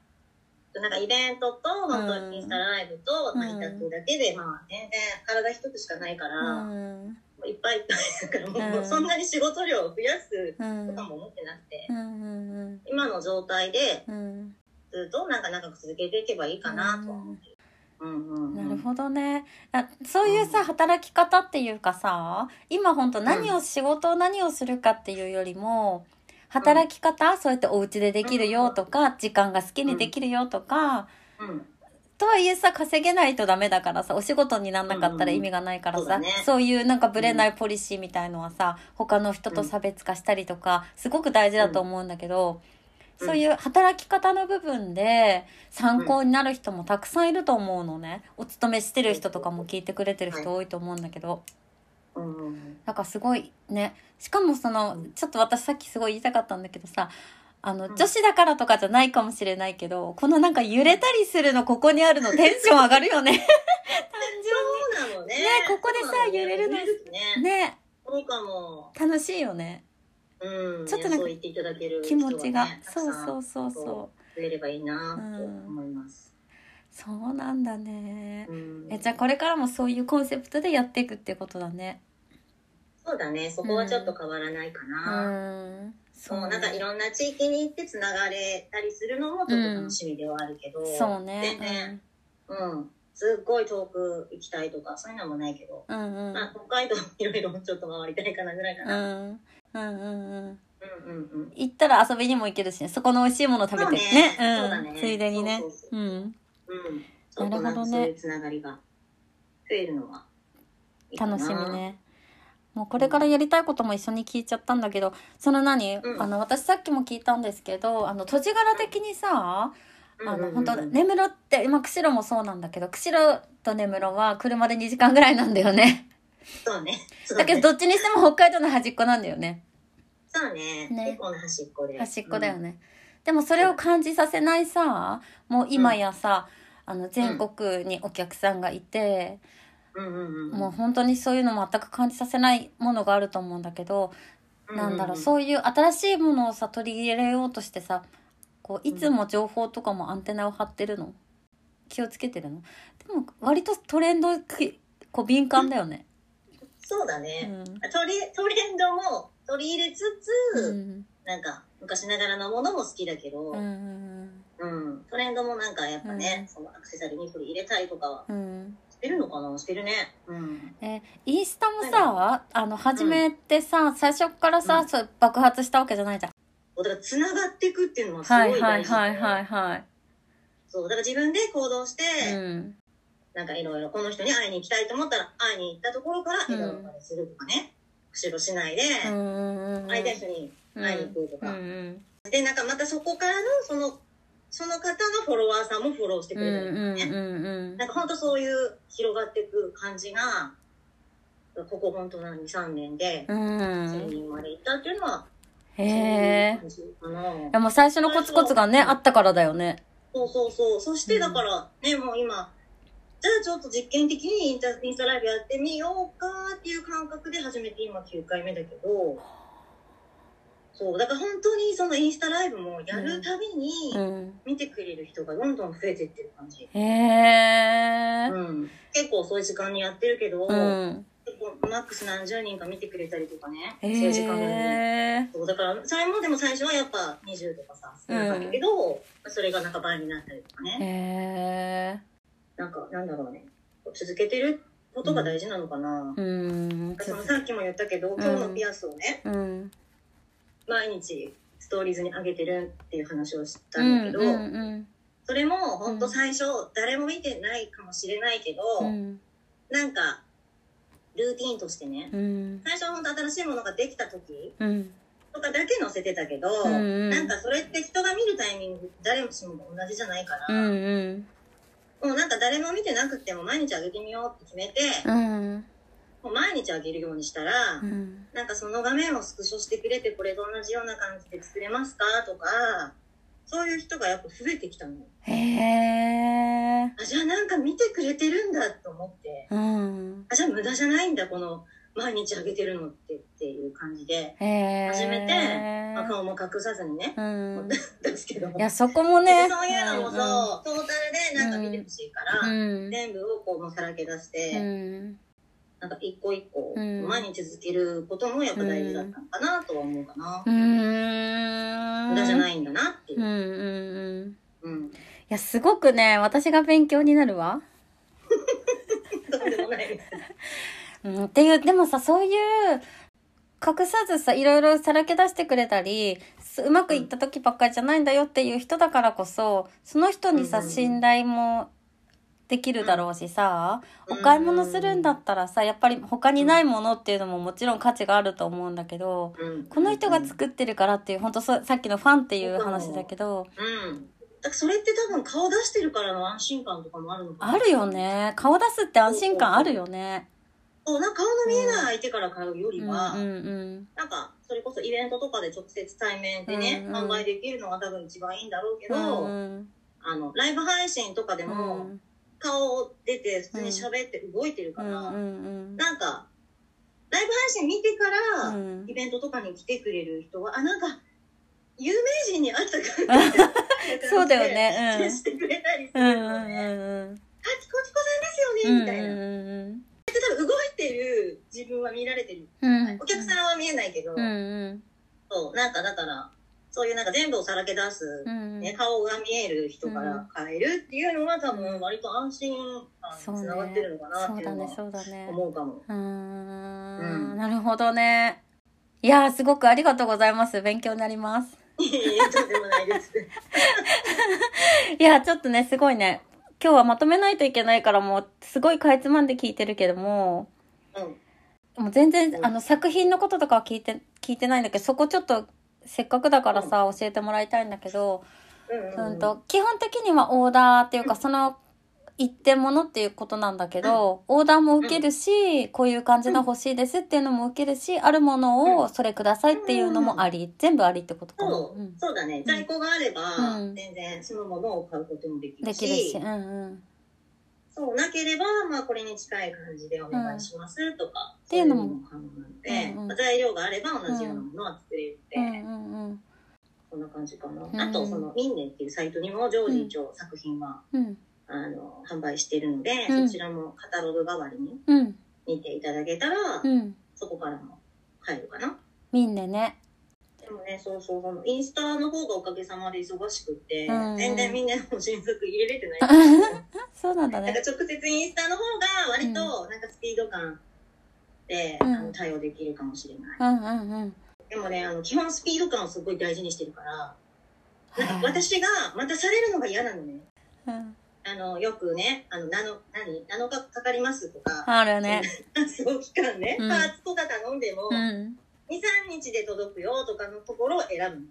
なんかイベントと、本当うんにインスタライブと、まあ、うん委託だけで、まあ、全然体一つしかないから、もうんういっぱいいっぱいだから、もううんそんなに仕事量を増やすうんとかも思ってなくてう、んうん今の状態で、うんずっとなんか長く続けていけばいいかなとは思ってる。うんうんううんん、なるほどねあそういうさ働き方っていうかさ今本当何を仕事を何をするかっていうよりも働き方そうやってお家でできるよとか時間が好きにできるよとかうんとはいえさ稼げないとダメだからさお仕事になんなかったら意味がないからうんそうださねそういうなんかブレないポリシーみたいのはさ他の人と差別化したりとかすごく大事だと思うんだけどうんそういう働き方の部分で参考になる人もたくさんいると思うのねお勤めしてる人とかも聞いてくれてる人多いと思うんだけどうんうんなんかすごいねしかもそのちょっと私さっきすごい言いたかったんだけどさあのうん女子だからとかじゃないかもしれないけどこのなんか揺れたりするのここにあるのテンション上がるよね単そうなのね。ねここでさそうな揺れるの揺れる ね純にねそうかも。楽しいよねうん、ちょっとなんかそう言っていただける気持ちが人ねたくそさうんそうそうそう増えればいいなと思います。そそうなんだねうんえじゃあこれからもそういうコンセプトでやっていくってことだねそうだね、そこはちょっと変わらないかうな。んそそう、なんかいんろんな地域に行ってつながれたりするのもちょっと楽しみではあるけど、そうね全然、うん、すっごい遠く行きたいとか、そういうのもないけど、うんうんまあ、北海道いろいろちょっと回りたいかなぐらいかうな。んうんうんうんうんうんうん。行ったら遊びにも行けるしねそこの美味しいもの食べてそうねねうんそうだねついでにねそうそううんうん。ちょっなとなるんほかどそねういうつながりが増えるのは楽しみ。ねもうこれからやりたいことも一緒に聞いちゃったんだけどその何、うんあの私さっきも聞いたんですけどあの土地柄的にさあの本当ね。根室って今釧路もそうなんだけど釧路と根室は車で2時間ぐらいなんだよねそうね。そうだけどどっちにしても北海道の端っこなんだよねそうね。ね結構な端っこで。端っこだよね、でもそれを感じさせないさもう今やさ、あの全国にお客さんがいて、うん。うんうんうん。もう本当にそういうの全く感じさせないものがあると思うんだけど、なんだろうそういう新しいものをさ取り入れようとしてさこういつも情報とかもアンテナを張ってるの気をつけてるのでも割とトレンドきこう敏感だよね。そうだうね。んトレトレンドも取り入れつうつ、んなんか昔ながらのものも好きだけど、ううんんトレンドもなんかやっぱね、うんそのアクセサリーに取り入れたいとかはうんしてるのかなしてるね。うん。えインスタもさあの始めてさ最初からうさんそう爆発したわけじゃないじゃん。だから繋がっていくっていうのはすごはいいはい大事で、はいはいはそう、だから自分で行動して、い。うんなんかいろいろこの人に会いに行きたいと思ったら会いに行ったところからうん笑顔までするとかね、釧路市内でうんうんうん会いたい人に会いに行くとうか、んうんでなんかまたそこからのそのその方のフォロワーさんもフォローしてうくれんるとかね、うんうんうんなんかほんとそういう広がっていく感じがここほんと何23年でうん1000人まで行ったっていうのは、へそうえいう感じかな。いやもう最初のコツコツがね、そうあったからだよね。そうそうそう。そしてだからね、もう今、じゃあちょっと実験的にインタインスタライブやってみようかっていう感覚で始めて今9回目だけど、そう、だから本当にそのインスタライブもやるたびうにん。見てくれる人がどんどん増えてってる感じ。へえ。うん、結構そういう時間にやってるけうど、ん。結構マックス何十人か見てくれたりとかね、そういう時間がね。へえ。そうだからそれもでも最初はやっぱ20とかさ少なかったけど、それがなんか倍になったりとかねへえ。なんか、なんだろうね。続けてることが大事なのかな。うん。そのさっきも言ったけど、今日のピアスをね、うん。毎日ストーリーズに上げてるっていう話をしたうんだけん。ど、うん。それも本当最初、誰も見てないかもしれないけど、うん。なんか、ルーティンとしてね、うん。最初は本当新しいものができた時うん。とかだけ載せてたけど、うんうんなんかそれって人が見るタイミング、誰もしも同じじゃないから、うん。うん。もうなんか誰も見てなくても毎日上げてみようって決めて、うん。もう毎日上げるようにしたら、うん。なんかその画面をスクショしてくれて、これと同じような感じで作れますかとか、そういう人がやっぱ増えてきたのよ。へえ。あ、じゃあなんか見てくれてるんだと思って、うん。あ、じゃあ無駄じゃないんだ、この毎日上げてるのってっていう感じで、へえ。初め て、まあ、顔も隠さずにね、うん。ですけど。いや、そこもね。そういうのもそう、トータルでなんか見てほしいから、うん。全部をこうもうさらけ出して、うん。なんか一個一個、うん毎日続けることもやっぱ大事だったのかなとは思うかな。うん。無駄じゃないんだなっていうん。うん。う。うん。うん。いや、すごくね、私が勉強になるわ。とんでもないです。うん、っていう、でもさ、そういう、隠さずさ、いろいろさらけ出してくれたり、すうまくいった時ばっかりじゃないんだよっていう人だからこそ、その人にさ、うんうん信頼もできるだろうしさ、お買い物するんだったらさ、やっぱり他にないものっていうのももちろん価値があると思うんだけど、うん。この人がく。作ってるからっていう、ほんとそさっきのファンっていう話だけど、うん。だからそれって多分顔出してるからの安心感とかもあるのかな。あるよ。ね。顔出すって安心感あるよね。そう、なんか顔の見えない相手から買うようりんうんは、うん。なんか、それこそイベントとかで直接対面でね、うんうん販売できるのが多分一番いいんだろうけうど、んあの、ライブ配信とかでうも、ん顔出て普通に喋って動いてるうから、んうんなんか、ライブ配信見てから、うんイベントとかに来てくれる人は、あ、なんか、有名人に会った感じ そうだよねうん接してくれたりすうるんうよんうね。んうんあ、チコチコさんですうよね、んみたいな。で、うん多分動いてる自分は見られてる。うんうんお客さんは見えないけど、うんうんそう、なんかだから、そういうなんか全部をさらけ出すう、んうんね、顔が見える人から変えるっていうのが多うん分割と安心そ感うにつねながってるのかなそっうていだうのねはそうだね思うかも。 うーんうんなるほどねいやーすごくありがとうございます勉強になりますいえいえとんでもないです。いや、ちょっとね、すごいね。今日はまとめないといけないから、もう、すごいかいつまんで聞いてるけども、うん。もう全う然、んあの、作品のこととかは聞いて、聞いてないんだけど、そこちょっと、せっかくだからさ、教えてもらいたいんだけど、うんううんんと、基本的にはオーダーっていうか、その、一点ものっていうことなんだけど、オーダーも受けるし、こういう感じの欲しいですっていうのも受けるし、あるものをそれくださいっていうのもあり、全部ありってことかな。、そううんそうだね。在庫があればうん、全然そのものを買うこともできでるきるし、しう、んうん。そう、なければ、まあ、これに近い感じでお願いしますとか、ていうのもそ可能うなんうんので、まあ材料があれば同じようなものは作れるうんので、うんうん。こんな感じかな。んあと、その、ミンネっていうサイトにも常時一応作品は、うん。あの、販売しているので、うんそちらもカタログ代わりにうん。見ていただけたら、うん。そこからも入るかな。みんなね。でもね、そうそう、そのインスタの方がおかげさまで忙しくって、うん全然みんなの新作入れ れてないんですよ。そうなんだなんかね。直接インスタの方が割となんかスピード感で、うんあの対応できるかもしれない。うんうんうん。でもね、あの基本スピード感をすごい大事にしてるから、なんか私がまたされるのが嫌なのね。うんあの、よくね、あの、なの、何 ?7 日かかりますとか、あるよね。そう期間ね、うんパーツとか頼んでも、うん。 2、3日で届くよとかのところを選ぶの。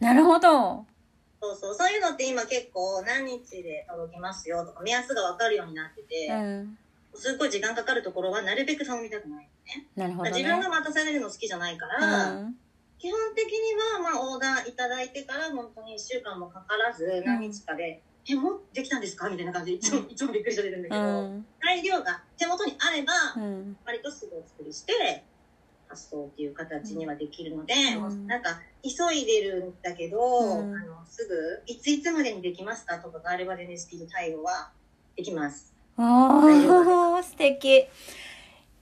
なるほど。そうそう、そういうのって今結構何日で届きますよとか目安がわかるようになってうて、ん。すっごい時間かかるところはなるべく頼みたくない。なるほどね。自分が待たされるの好きじゃないから、うん。基本的にはまあオーダーいただいてから本当に1週間もかからず何日かで、え、もうできたんですかみたいな感じでいつもいつもびっくりされるんだけうど、ん。材料が手元にあれば、うん。割とすぐお作りして、発送っていう形にはできるので、うんなんか、急いでるんだけど、うんあの、すぐ、いついつまでにできますかとかがあればでね、スピード対応はできます。おー、 素敵。い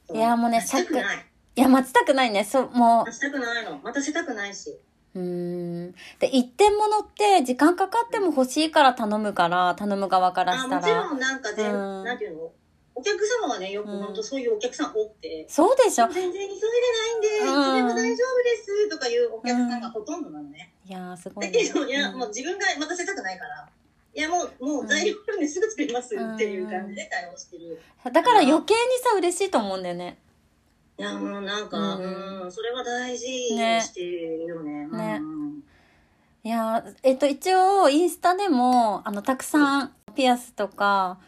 そういやもうね待ちたくない。や、待ちたくないね。そう、も待ちたくないの。待たせたくないし。う。うーん。で、一点物って時間かかっても欲しいから頼むから、頼む側からあしたもちら。ろん、なんか全、うんなんていうのお客様はね、よくうん本当そういうお客さん多くて、そうでしょ。全然急いでないんで、いつでも大丈夫ですとかいうお客さんがほとんどなのね。いやー、すごだいねけ。ど、いや、うんもう自分が任せたくないから、いや、もう、もう材料あるんですぐ作りますっていう感じで対応してる。だから余計にさ、嬉しいと思うんだよね。いや、もうなんか、うんうん、それは大事にねしてるよね。ねうんいやーえっと一応インスタでもあのたくさんピアスとか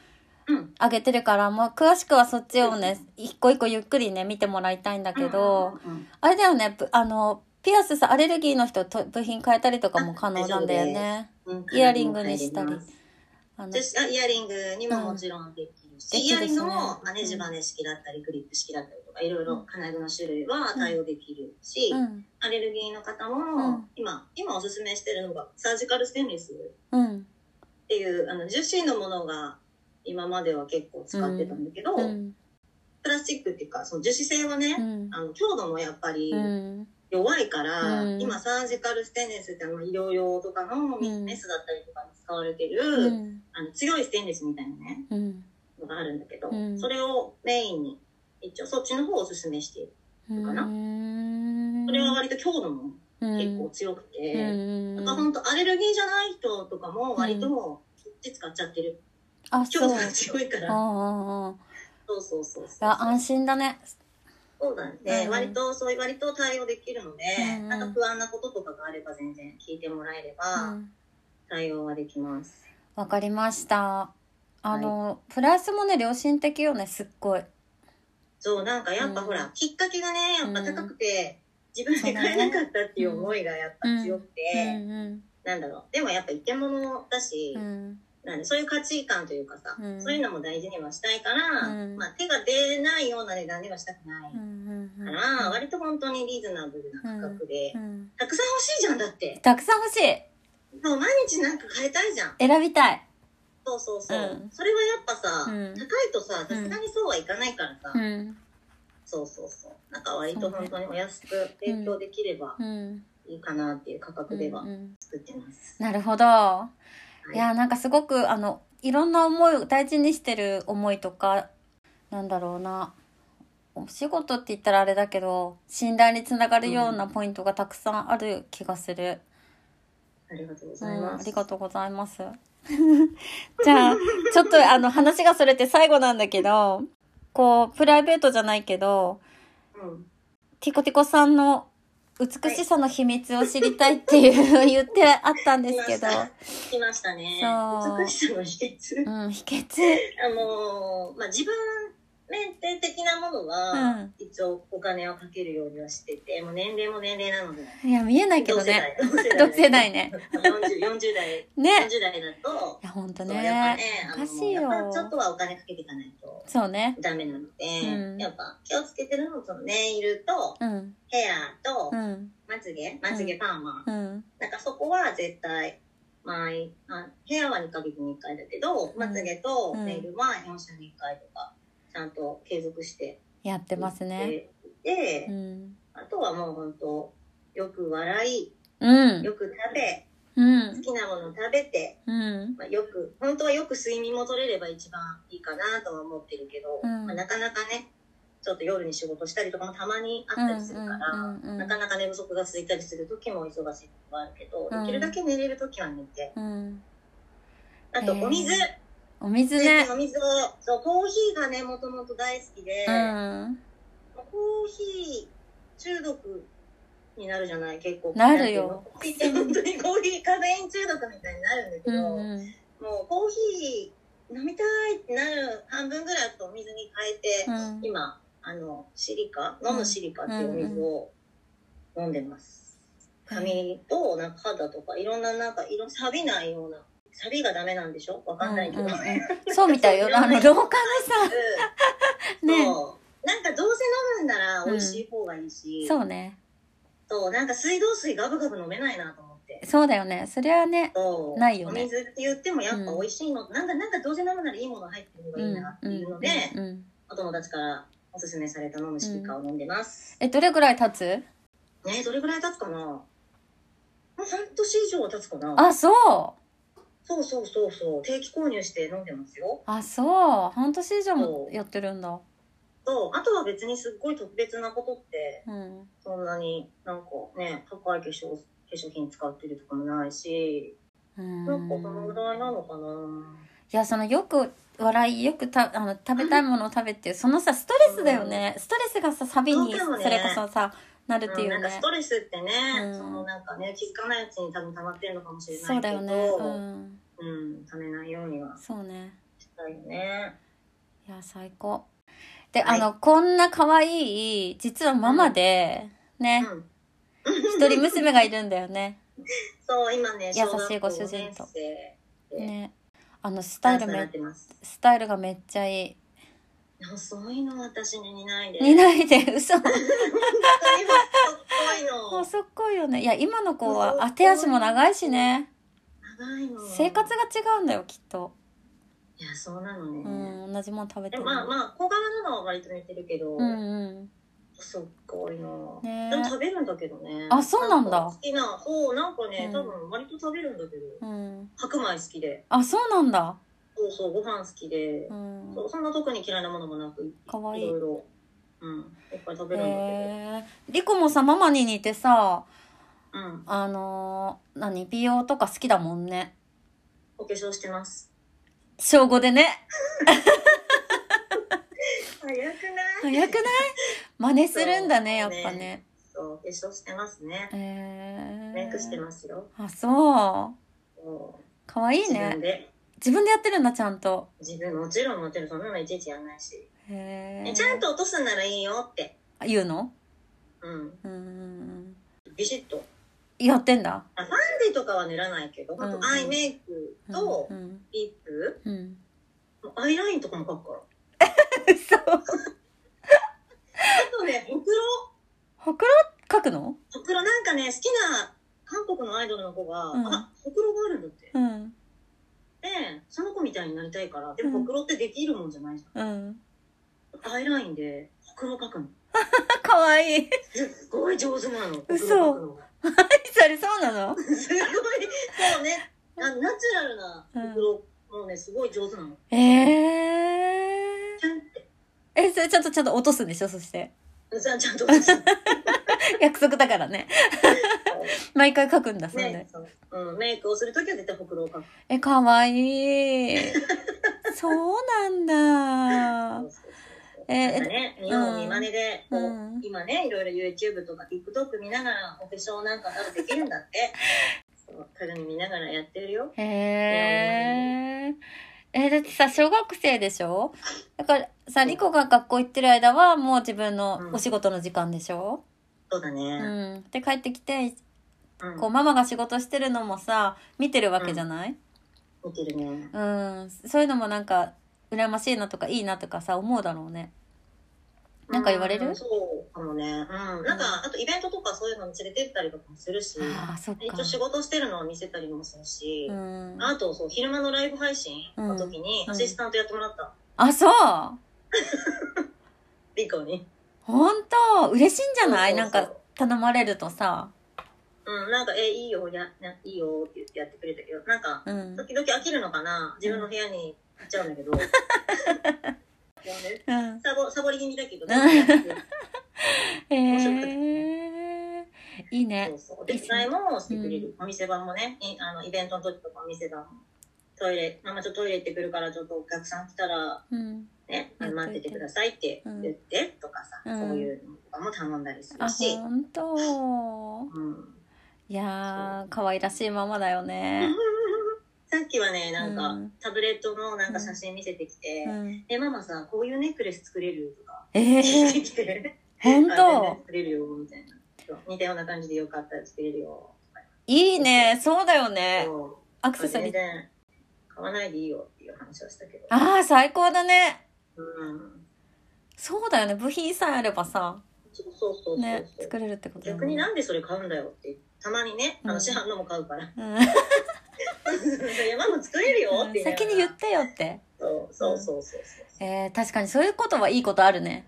うん。あげてるからもう詳しくはそっちをねう一個一個ゆっくりね見てもらいたいんだけど、うん、あれだよねぶあのピアスさアレルギーの人と部品変えたりとかも可能なんだよねうんイヤリングにしたり。あのですあイヤリングにももちろんできるし、うんイヤリングできるしもねマネジバネ式だったり、クリップ式だったりとか、いろいろ金具の種類は対応できるし、うんアレルギーの方うもん、今、今おすすめしてるのが、サージカルステンレス。うんっていうあの樹脂のものが今までは結構使ってたんだけど、うんプラスチックっていうかその樹脂製はね、うんあの強度もやっぱりうん弱いから、うん今サージカルステンレスってあの医療用とかのうんメスだったりとかに使われてる、うんあの強いステンレスみたいなねうんのがあるんだけど、うんそれをメインに一応そっちの方をおすすめしているかなうんそれは割と強度も結構強くて、うんなんか本当アレルギーじゃない人とかも割とそっち使っちゃってる、あそ強う度が強いかあら、ああそうそうそうそうああ安心だねそうだね、うん割とそういう割と対応できるので、うんうんなんか不安なこととかがあれば全然聞いてもらえれうばん対応はできます、わかりました。あの、プラスもね、良心的よね、すっごい。そうなんかやっぱほら、うんきっかけがねやっぱ高くて、自分で買えなかったっていう思いがやっぱ強くて、うんなんだろうでもやっぱ一点物だし、うん。うん。なんでそういう価値観というかさ、うんそういうのも大事にはしたいから、うんまあ、手が出ないような値段にはしたくないうんうんうんから、割と本当にリーズナブルな価格で、うんたくさん欲しいじゃんだってたくさん欲しいもう毎日なんか買いたいじゃん選びたいそうそうそう、うんそれはやっぱさ、うん高いとささすがにそうはいかないからさ、うんそうそうそうなんか割と本当にお安く提供できればうんいいかなっていう価格ではうんうん作ってます、なるほどはいいやなんかすごくあのいろんな思いを大事にしてる思いとかなんだろうなお仕事って言ったらあれだけど信頼につながるようなポイントがたくさんある気がする、ありがとうごうざいん、まあす、りがとうございます じゃあちょっとあの話がそれて最後なんだけどこうプライベートじゃないけどうんティコティコさんの美しさの秘密を知りたいっていう、言ってあったんですけど、聞きましたねそう美しさの秘訣うん、秘訣。あのーまあ、自分メンテ的なものうはん一応お金をかけるようにはしてて、もう年齢も年齢なのでいや、見えないけどね。同 同世世代 代ね。 40, 40代ね。 40代だといや、ほんとそうやっぱねね。おかしいあよのやっぱちょっとはお金かけていかないとそうね。ダメなので、うんやっぱ気をつけてるのとネイルとうん。ヘアとうん。まつげまつげパーマ、うん。なんかそこは絶対毎あヘアは2ヶ月に1回だけどまつげとネイルは4週に1回とかちゃんと継続してやってますね。で、うん。あとはもう本当よく笑ういん。よく食べうん好。きなもの食べてうん。まあ、よく本当はよく睡眠も取れれば一番いいかなとは思ってるけど、うんまあ、なかなかねちょっと夜に仕事したりとかもたまにあったりするから、うんうんうんうんなかなか寝不足が空いたりする時も忙しい時もあるけど、うんできるだけ寝れる時は寝てうん。あへとーお水、お水最ね近。お水をそうコーヒーがねもともと大好きで、うん。コーヒー中毒になるじゃない結構なるよコーヒーって本当にコーヒーカフェイン中毒みたいになるんだけうど、ん。うん。もうコーヒー飲みたいってなる半分ぐらいとお水に変えて、うん今あのシリカ飲むシリカっていうお水を飲んでます、うん髪となんか肌とかいろんななんか色錆びないような錆がダメなんでしょわかんないけど、ううんんう そんううんそうみた いよ。あの、廊下のさ。ね。なんかどうせ飲むんなら美味しい方がいいし、そうね。そうなんか水道水ガブガブ飲めないなと思ってそうだよね。それはね。そうないよねお水って言ってもやっぱ美味しいの、なんかなんかどうせ飲むならいいもの入ってる方うがいんいな。ってうんいうので、うんうん。お友達からおすすめされた飲むシリカを飲んでます。え、どれぐらい経つねどれぐらい経つかなもう半年以上は経つかなあ、そう。そうそうそうそう。定期購入して飲んでますよ。あ、そう。半年以上もやってるんだ。と、あとは別にすっごい特別なことって、うん。そんなになんかね、高い化粧、化粧品使ってるとかもないし、うんなんかそのぐらいなのかな。いやそのよく笑いよくたあの食べたいものを食べてそのさストレスだよね、ストレスがさサビにそうかもねそれこそさ、なるっていううんなんかねストレスってね、うんそのなんかね、気づかないうちに多分溜まってるのかもしれなそういけだど、よねうんうん、溜めないようにはそうねしたいよね。いや最高で、はいあのこんな可愛い実はママで、ねうん。一人娘がいるんだよねそう、今ね、優しいご主人と小学校五年生でねあのススタイルやめってます。スタイルがめっちゃいいいやそういうの私に似ないで。似ないで嘘も本うそっこいよねいや今の子はあ手足も長いしね当にもうかっこいいの。長いの。生活が違うんだよきっといや、そうなのね。うん同じもの食べてでもるまあまあ、小柄なのは割と似てるけど、うんうんそっこいいの。ねでも食べるんだけどね。あそうなんだか好きな、そう、なんかねう、ん多分割と食べるんだけど、うん、白米好きで、あそうなんだ、そうそう、ご飯好きでう、んそ、うそんな特に嫌いなものもなく、かわいいいへろいろ、うん、いっぱい食べるんだけえリコもさママに似てさど、うん、あのー、何美容とか好きだもんねお化粧してます。小5でね早くない早くない真似するんだねやそっうぱねそう、化粧してますね。へえメイクしてますよ。あそうそかわいうい自分ねで。自分でやってるんだちゃんと自分もちろんもちろんそんなのいちいちやんないし。へねえちゃんと落とすんならいいよって。言うのうん。うんうんうんビシッと。やってんだ。あサンデーとかは塗らないけど、あうとんアイメイクとうんリップ、うんうん、アイラインとかも描くから。そう。あとね、ほくろ、ほくろ書くの？ほくろなんかね、好きな韓国のアイドルの子が、うんあ、ほくろがあるんだって。うんで、その子みたいになりたいから、でもうんほくろってできるもんじゃないじうん。ゃん。アイラインでほくろ描くの。あ可愛いい。 すっごい上手なの。嘘ほくろ描くのがそれそうなの？すごい、そうね、あナチュラルな袋もね、すごい上手なの。ええちゃんって。ー。えそれちゃんとちゃんと落とすんでしょそして ちゃんちゃんと落として。約束だからね毎回書くんだそんで、ね、そううん、メイクをするときは絶対ほくろを描く。え可 愛いいそうなんだえーなんかね、日本見真似で、こううん今ね、いろいろ YouTube とか TikTok 見ながらお化粧なんかなどできるんだって。そう鏡見ながらやってるよ。へええだってさ小学生でしょだからさリコが学校行ってる間はもう自分のお仕事の時間でしょ、そうだうんね。で帰ってきてうん。こうママが仕事してるのもさ見てるわけじゃない、見てるね。うん、そういうのもなんか羨ましいなとかいいなとかさ思うだろうね。なんか言われるうそうかもね。うん。なんか、あとイベントとかそういうのに連れてったりとかもするし。ああそっか。一応仕事してるのを見せたりもするしう、ん、あとそう昼間のライブ配信の時にうんアシスタントやってもらった、あそうリコに本当嬉しいんじゃないそうそうそうなんか頼まれるとさ。うんなんか「えいいよやないいよ」って言ってやってくれたけどなんか うん。時々飽きるのかな自分の部屋に行っちゃうんだけど、いやねうん、サボサボり気味だけど、うん へえいいねそう。そう手伝いもしてくれる、お店番もねいあのイベントの時とかお店番もトイレママちょっとトイレ行ってくるからちょっとお客さん来たらうん、ね、やっといて待っててくださいって言ってとかさ、うんそういうのとかも頼んだりするあし、本当うん、いやー可愛らしいままだよね。さっきはねなんか、うんタブレットのなんか写真見せてきてう、ん、えママさこういうネックレス作れるとかえ聞いー、てきて本あ全然当作れるよみたいなそう似たような感じでよかったら作れるよいいねそうだよねそアうクセサリ全ー然買わないでいいよっていう話をしたけどああ最高だねうんそうだよね部品さえあればさそうそうそうそう、ね作れるってことだよ逆になんでそれ買うんだよってたまにねうあのん市販のも買うから うんいやママ作れるよって先に言言うってよってそうそうそうそうそう、えー、確かにそういうことはいいことあるね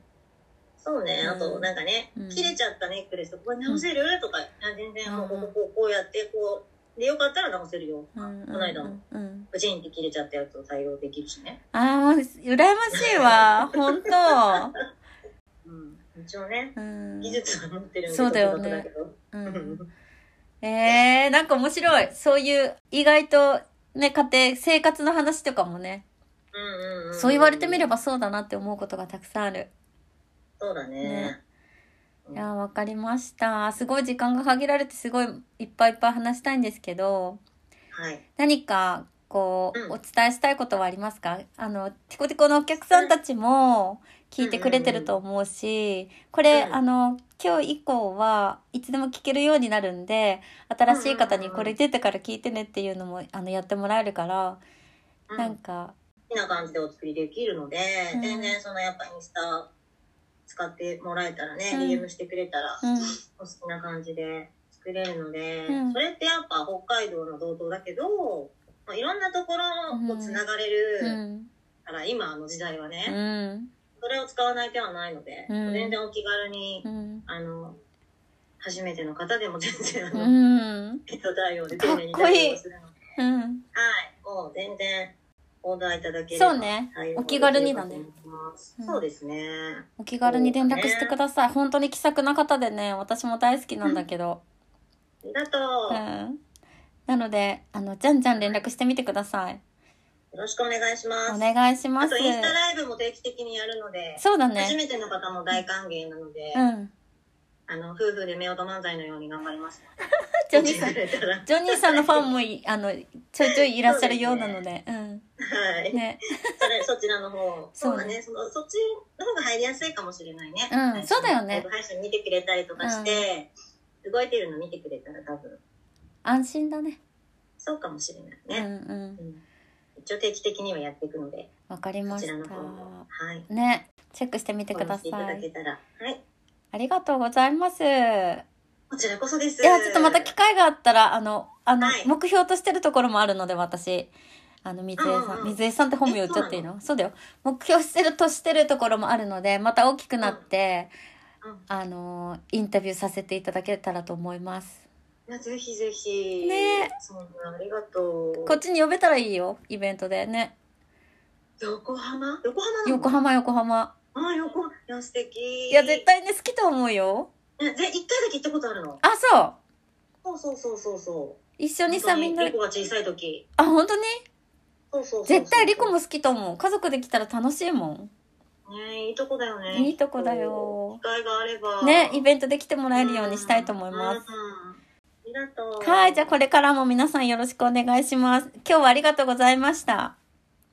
そうねうんあとなんかね、うん切れちゃったネックレスこれ直せる、とかいや全然もうこここうこうやってこうでよかったら直せるよ、うこんうんの間もうんブチンって切れちゃったやつを対応できるしね、ああもう羨ましい わ本当うん、一応ねうん技術は持ってるんでそうだよね独学けどううんんえー、なんか面白いそういう意外とね家庭生活の話とかもねうんうんそう言われてみればそうだなって思うことがたくさんあるそうだねねいやーわかりましたすごい時間が限られてすごいいっぱいいっぱい話したいんですけどはい何かこう、うんお伝えしたいことはありますかあのティコティコのお客さんたちも聞いてくれてると思うし、これ、うんあの今日以降はいつでも聞けるようになるんで新しい方にうんこれ出てから聞いてねっていうのもあのやってもらえるから、うんなんか好きな感じでお作りできるので、うん全然そのやっぱインスタ使ってもらえたらね、うん DM してくれたらうんお好きな感じで作れるので、うんそれってやっぱ北海道の道東だけど、まあ、いろんなところとつながれうるんから、今の時代はね、うんそれを使わない手はないので、うん全然お気軽に、うんあの初めての方でも全然あうの、んペット対応でかっこいい応するのでうんはいもう全然オーダーいただければそうね対応できるかお気軽にだねと思いますうんそうですねお気軽に連絡してください、本当に気さくな方でね私も大好きなんだけど、ありがとうう、よん、なのであのじゃんじゃん連絡してみてくださいろしくお願いしますお願いしまあすとインスタライブも定期的にやるので、そうだ初ねめての方も大歓迎なので、うんあの夫婦で夫婦漫才のように頑張りますジョのニでーさん見てくれたら はジョニーさんのファンもいあのちょいちょいいらっしゃるようなのでうい、んねそれそちらの方そそううねだねそのそっちの方が入りやすいかもしれないねうんそうだよねライブ配信見てくれたりとかして、動いてるの見てくれたら多分安心だねそうかもしれうないんね、うんうん一応定期的にはやっていくのでわかりこましちたらの方もはいねチェックしてみてくだフォロさーしていいただけたらはいありがとうございますいやこちらこそですちょっとまた機会があったらあのあの、はい目標としてるところもあるので私あの水江さうん、んうん水江さんって本名言っちゃっていいのそうだよ目標してるとしてるところもあるのでまた大きくなって、うんうんあのインタビューさせていただけたらと思いますいやぜひぜひねそんなありがとうこっちに呼べたらいいよイベントでね横浜横浜なの横浜横浜あ横浜いや素敵いや絶対ね好きと思うよいやぜ一回だけ行ったことあるのあそうそうそうそうそうそう一緒にさみんなリコが小さい時あ本当にそうそうそうそう絶対リコも好きと思う家族で来たら楽しいもんねいいとこだよねいいとこだよ機会があればねインベントで来てもらえるようにしたいと思いますありがとうはいじゃあこれれからも皆さんよろしくお願いします今日はありがとうございましたあ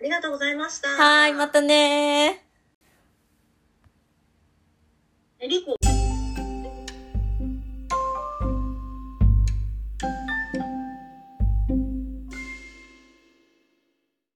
りがとうございましたはいまたねーえリコ